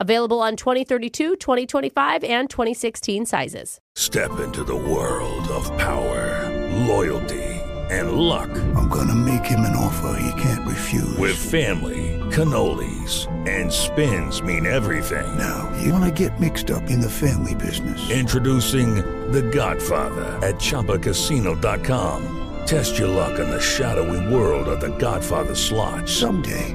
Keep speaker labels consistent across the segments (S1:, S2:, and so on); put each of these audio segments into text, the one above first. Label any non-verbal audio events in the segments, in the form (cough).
S1: Available on 2032, 2025, and 2016 sizes.
S2: Step into the world of power, loyalty, and luck.
S3: I'm gonna make him an offer he can't refuse.
S2: With family, cannolis, and spins mean everything.
S3: now, you wanna get mixed up in the family business?
S2: Introducing The Godfather at ChumbaCasino.com. Test your luck in the shadowy world of The Godfather slot.
S3: Someday,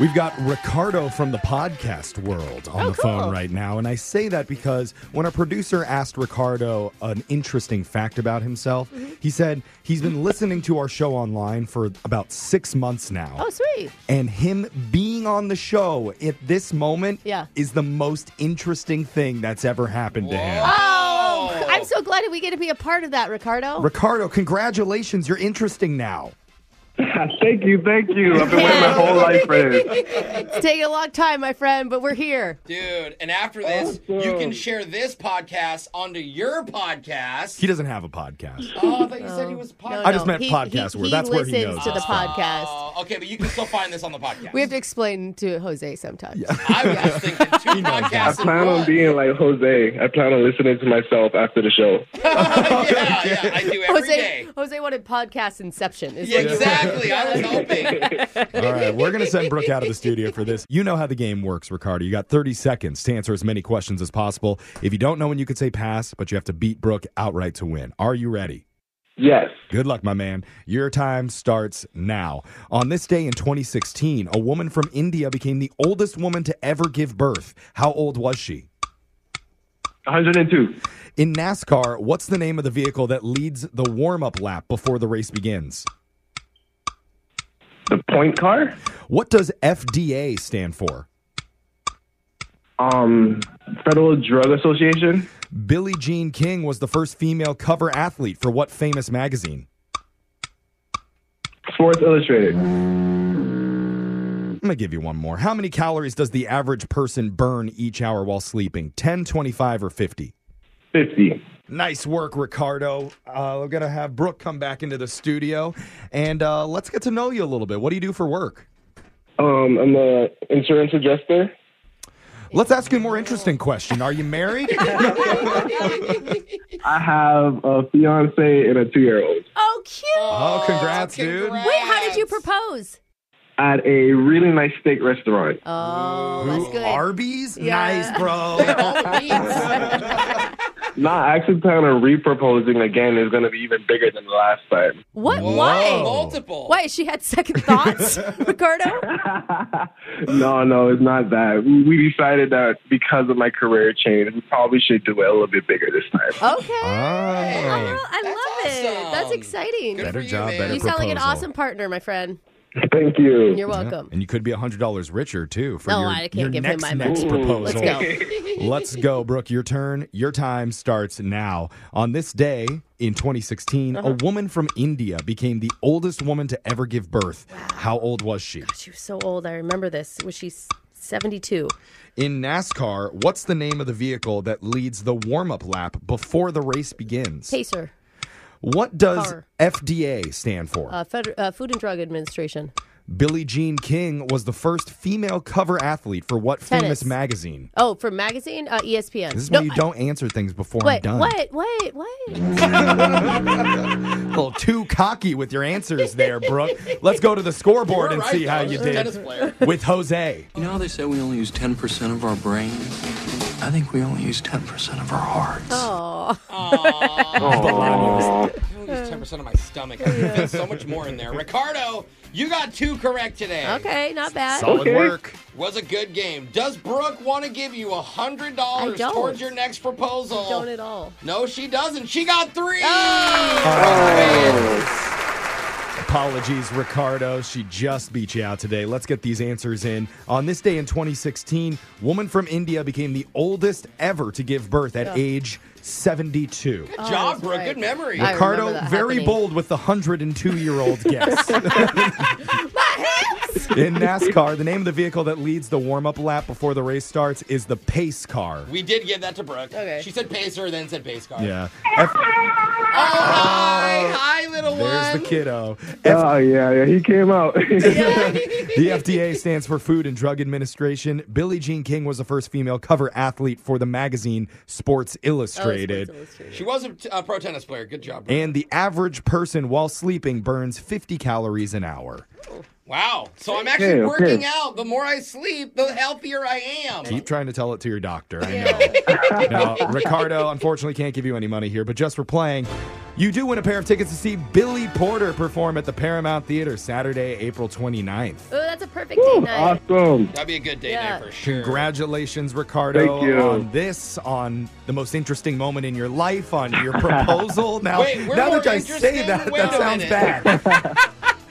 S4: We've got Ricardo from the podcast world on the phone right now. And I say that because when our producer asked Ricardo an interesting fact about himself, he said he's been listening to our show online for about six months now.
S1: Oh, sweet.
S4: And him being on the show at this moment
S1: Yeah.
S4: is the most interesting thing that's ever happened to him.
S1: Oh, I'm so glad that we get to be a part of that, Ricardo.
S4: Ricardo, congratulations. You're interesting now.
S5: Thank you, thank you. I've been waiting my whole life for this.
S1: it's taking a long time, my friend, but we're here.
S6: Dude, and after this, you can share this podcast onto your podcast.
S4: He doesn't have a podcast.
S6: Oh, I thought you said he was podcast.
S4: I just meant podcast word. That's where he
S1: listens
S4: knows
S1: to the
S4: it's from.
S1: podcast.
S6: Oh, okay, but you can still find this on the podcast.
S1: We have to explain to Jose sometimes.
S6: I was just thinking
S1: (laughs)
S6: two
S5: I
S6: podcasts. in
S5: plan on
S6: one.
S5: being like Jose. I plan on listening to myself after
S6: (laughs)
S5: the show.
S6: yeah, yeah, I do every day.
S1: Jose, Jose wanted podcast inception. Is
S6: Yeah,
S1: what he-
S6: exactly. I was
S5: (laughs)
S6: hoping.
S4: All right, we're going to send Brooke out of the studio for this. You know how the game works, Ricardo. You got 30 seconds to answer as many questions as possible. If you don't know when you could say pass, but you have to beat Brooke outright to win. Are you ready?
S5: Yes.
S4: Good luck, my man. Your time starts now. On this day in 2016, a woman from India became the oldest woman to ever give birth. How old was she?
S5: 102.
S4: In NASCAR, what's the name of the vehicle that leads the warm up lap before the race begins?
S5: The point car?
S4: What does FDA stand for?
S5: Um, Federal Drug Association?
S4: Billie Jean King was the first female cover athlete for what famous magazine?
S5: Sports Illustrated?
S4: I'm going to give you one more. How many calories does the average person burn each hour while sleeping? 10, 25, or 50?
S5: 50.
S4: Nice work, Ricardo. Uh, we're going to have Brooke come back into the studio and uh, let's get to know you a little bit. What do you do for work?
S5: Um, I'm a insurance adjuster.
S4: Let's ask you a more interesting question. Are
S1: (laughs)
S4: you married?
S1: Oh,
S5: I have a fiance and a two year old.
S1: Oh, cute.
S4: oh, congrats, dude.
S1: Wait, how did you propose?
S5: At a really nice steak restaurant.
S1: Oh, that's
S4: Ooh,
S1: good.
S4: Arby's?
S1: Yeah.
S4: Nice, bro.
S1: (laughs)
S5: Nah, I actually plan on reproposing again. It's going to be even bigger than the last
S1: (sighs)
S5: time.
S1: what?
S6: Whoa,
S1: Why?
S6: multiple.
S1: Why? She had second
S4: (laughs)
S1: thoughts, Ricardo?
S5: No, no, it's not that. We- We decided that because of my career change, we probably should do it a little bit bigger this time.
S1: Okay.
S4: Oh.
S1: Oh, I love it.
S6: awesome.
S1: That's exciting.
S6: Good
S4: Better
S6: for you,
S4: job,
S6: man.
S4: better
S1: You sound like an
S4: proposal.
S1: awesome partner, my friend.
S7: Thank you.
S1: You're welcome.
S4: And you could be $100 richer, too, for
S1: No,
S4: your,
S1: I can't
S4: your
S1: give him
S4: next,
S1: my money.
S4: next
S1: Ooh. Let's
S4: proposal.
S1: go.
S4: Let's go, Brooke. Your turn. Your time starts now. On this day in 2016,
S1: Uh-huh.
S4: a woman from India became the oldest woman to ever give birth. How old was she?
S1: She was so old. I remember this. Was she 72?
S4: In NASCAR, what's the name of the vehicle that leads the warm up lap before the race begins?
S1: Pacer,
S4: What does
S1: car.
S4: FDA stand for?
S1: uh, Fed- uh, Food and Drug Administration.
S4: Billie Jean King was the first female cover athlete for what
S1: Tennis.
S4: famous magazine?
S1: Oh, for magazine, uh, ESPN.
S4: This is
S1: No,
S4: when you
S1: I-
S4: don't answer things before I'm
S1: Wait,
S4: done.
S1: wait, wait, wait.
S4: A little too cocky with your answers there, Brooke. Let's go to the scoreboard
S5: You
S4: and
S5: were
S4: see
S5: right,
S4: how
S5: though.
S4: you
S5: She's a tennis
S4: did (laughs)
S5: player.
S4: with Jose.
S8: You know how they say we only use 10% of our brains? I think we only use 10% of our hearts.
S5: I only use ten percent of my stomach. I can fit so much more in there. Ricardo, you got two correct today.
S1: Okay, not bad.
S4: Solid work.
S5: Was a good game. Does Brooke want to give you a hundred
S1: I
S5: dollars
S1: don't.
S5: towards your next proposal?
S1: Don't at all.
S5: No, she doesn't. She got three.
S1: Oh!
S4: Apologies, Ricardo. She just beat you out today. Let's get these answers in. On this day in 2016, woman from India became the oldest ever to give birth at age 72.
S5: Good job, Brooke.
S1: Oh, right.
S5: Good memory.
S1: I- remember
S4: Ricardo,
S1: that
S4: very
S1: happening.
S4: bold with the 102
S1: (laughs)
S4: year old guess. In NASCAR, the name of the vehicle that leads the warm up lap before the race starts is the pace car.
S5: we did give that to Brooke.
S1: Okay.
S5: She said pacer, then said pace car.
S4: Yeah. F-
S5: Oh,
S1: Oh.
S5: hi. Hi, little
S4: there's the
S5: one.
S4: kiddo.
S7: Oh yeah, yeah. He came out. (laughs)
S4: The FDA stands for Food and Drug Administration. Billie Jean King was the first female cover athlete for the magazine Sports
S1: Oh,
S4: Illustrated.
S5: She uh, was a, t- a pro tennis player. Good job, Brooke.
S4: and the average person while sleeping burns 50 calories an hour.
S5: Wow. So I'm actually
S7: Okay, okay.
S5: working out. The more I sleep, the healthier I am.
S4: Keep trying to tell it to your doctor. I know. now, Ricardo, unfortunately, can't give you any money here, but just for playing, you do win a pair of tickets to see Billy Porter perform at the Paramount Theater Saturday, April 29th.
S1: Oh, that's a perfect date night.
S7: awesome.
S5: That'd be a good day
S1: Yeah.
S5: there for sure.
S4: Congratulations, Ricardo,
S7: Thank you.
S4: on this, on the most interesting moment in your life, on
S7: (laughs)
S4: your proposal. Now,
S5: Wait, we're
S4: now that
S5: more
S4: I say
S5: interesting?
S4: that,
S5: Wait
S4: that
S5: a
S4: sounds
S5: minute.
S4: bad.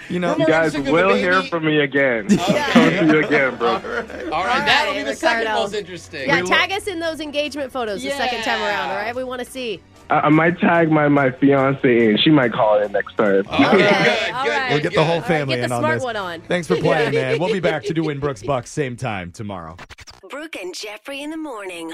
S4: you know,
S5: We're more
S7: Guys,
S5: interesting than
S7: will
S5: the
S7: hear
S5: baby.
S7: from me
S5: (laughs)
S7: again.
S5: Okay.
S7: I'll come to you again, brother.
S5: All right, that'll be the second
S1: Ricardo.
S5: most interesting.
S1: Yeah, tag us in those engagement photos the second time around, all
S5: Yeah.
S1: right? We want to see.
S7: I, I might tag my my fiance in. She might call in next time.
S5: Okay, good,
S1: All
S5: good,
S1: right. (laughs)
S5: good,
S4: we'll get the whole
S5: good.
S1: right,
S4: family
S1: get the
S4: in on
S1: smart
S4: this.
S1: one on.
S4: Thanks for playing, man. We'll be back to do Winbrooks Bucks same time tomorrow.
S9: Brooke and Jeffrey in the morning.